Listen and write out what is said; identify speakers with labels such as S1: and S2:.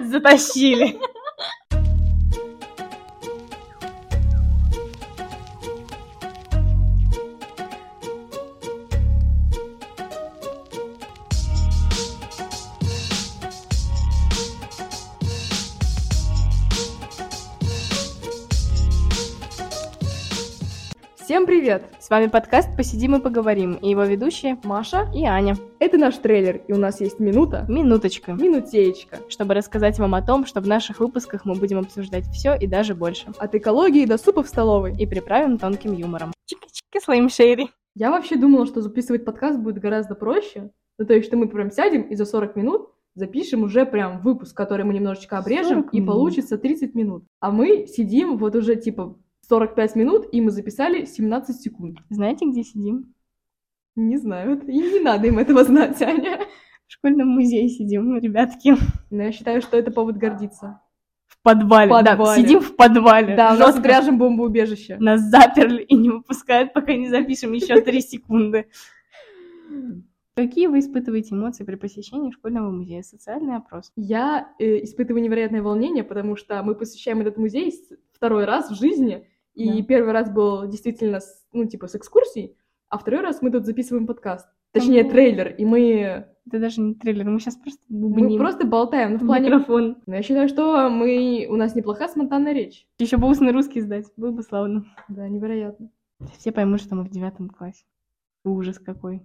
S1: Затащили. Всем привет! С вами подкаст «Посидим и поговорим» и его ведущие Маша и Аня.
S2: Это наш трейлер, и у нас есть минута,
S1: Минуточка,
S2: минутеечка.
S1: чтобы рассказать вам о том, что в наших выпусках мы будем обсуждать все и даже больше.
S2: От экологии до супа в столовой.
S1: И приправим тонким юмором. Чики-чики, слоим шейри.
S2: Я вообще думала, что записывать подкаст будет гораздо проще. Ну, то есть, что мы прям сядем и за 40 минут запишем уже прям выпуск, который мы немножечко обрежем,
S1: 40
S2: и
S1: минут.
S2: получится 30 минут. А мы сидим вот уже типа 45 минут, и мы записали 17 секунд.
S1: Знаете, где сидим?
S2: Не знаю, это- и не надо им этого знать, Аня.
S1: В школьном музее сидим, ну, ребятки.
S2: Но я считаю, что это повод гордиться.
S1: В подвале.
S2: В
S1: Да,
S2: подвале.
S1: сидим в подвале.
S2: Да, у нас
S1: Жёстко.
S2: пряжем бомбоубежище.
S1: Нас заперли и не выпускают, пока не запишем еще три секунды. Какие вы испытываете эмоции при посещении школьного музея? Социальный опрос.
S2: Я э, испытываю невероятное волнение, потому что мы посещаем этот музей с- второй раз в жизни. И
S1: Да.
S2: первый раз был действительно, с- ну, типа, с экскурсией, а второй раз мы тут записываем подкаст. Точнее,
S1: Мгм.
S2: трейлер, и мы,
S1: Это даже не трейлер, мы сейчас просто
S2: мы
S1: бубним.
S2: просто болтаем. Ну, в плане...
S1: микрофон.
S2: Ну, я считаю, что мы... у нас неплохая спонтанная речь.
S1: Еще бы устный русский сдать, было бы славно.
S2: Да, невероятно.
S1: Все поймут, что мы в девятом классе. Ужас какой.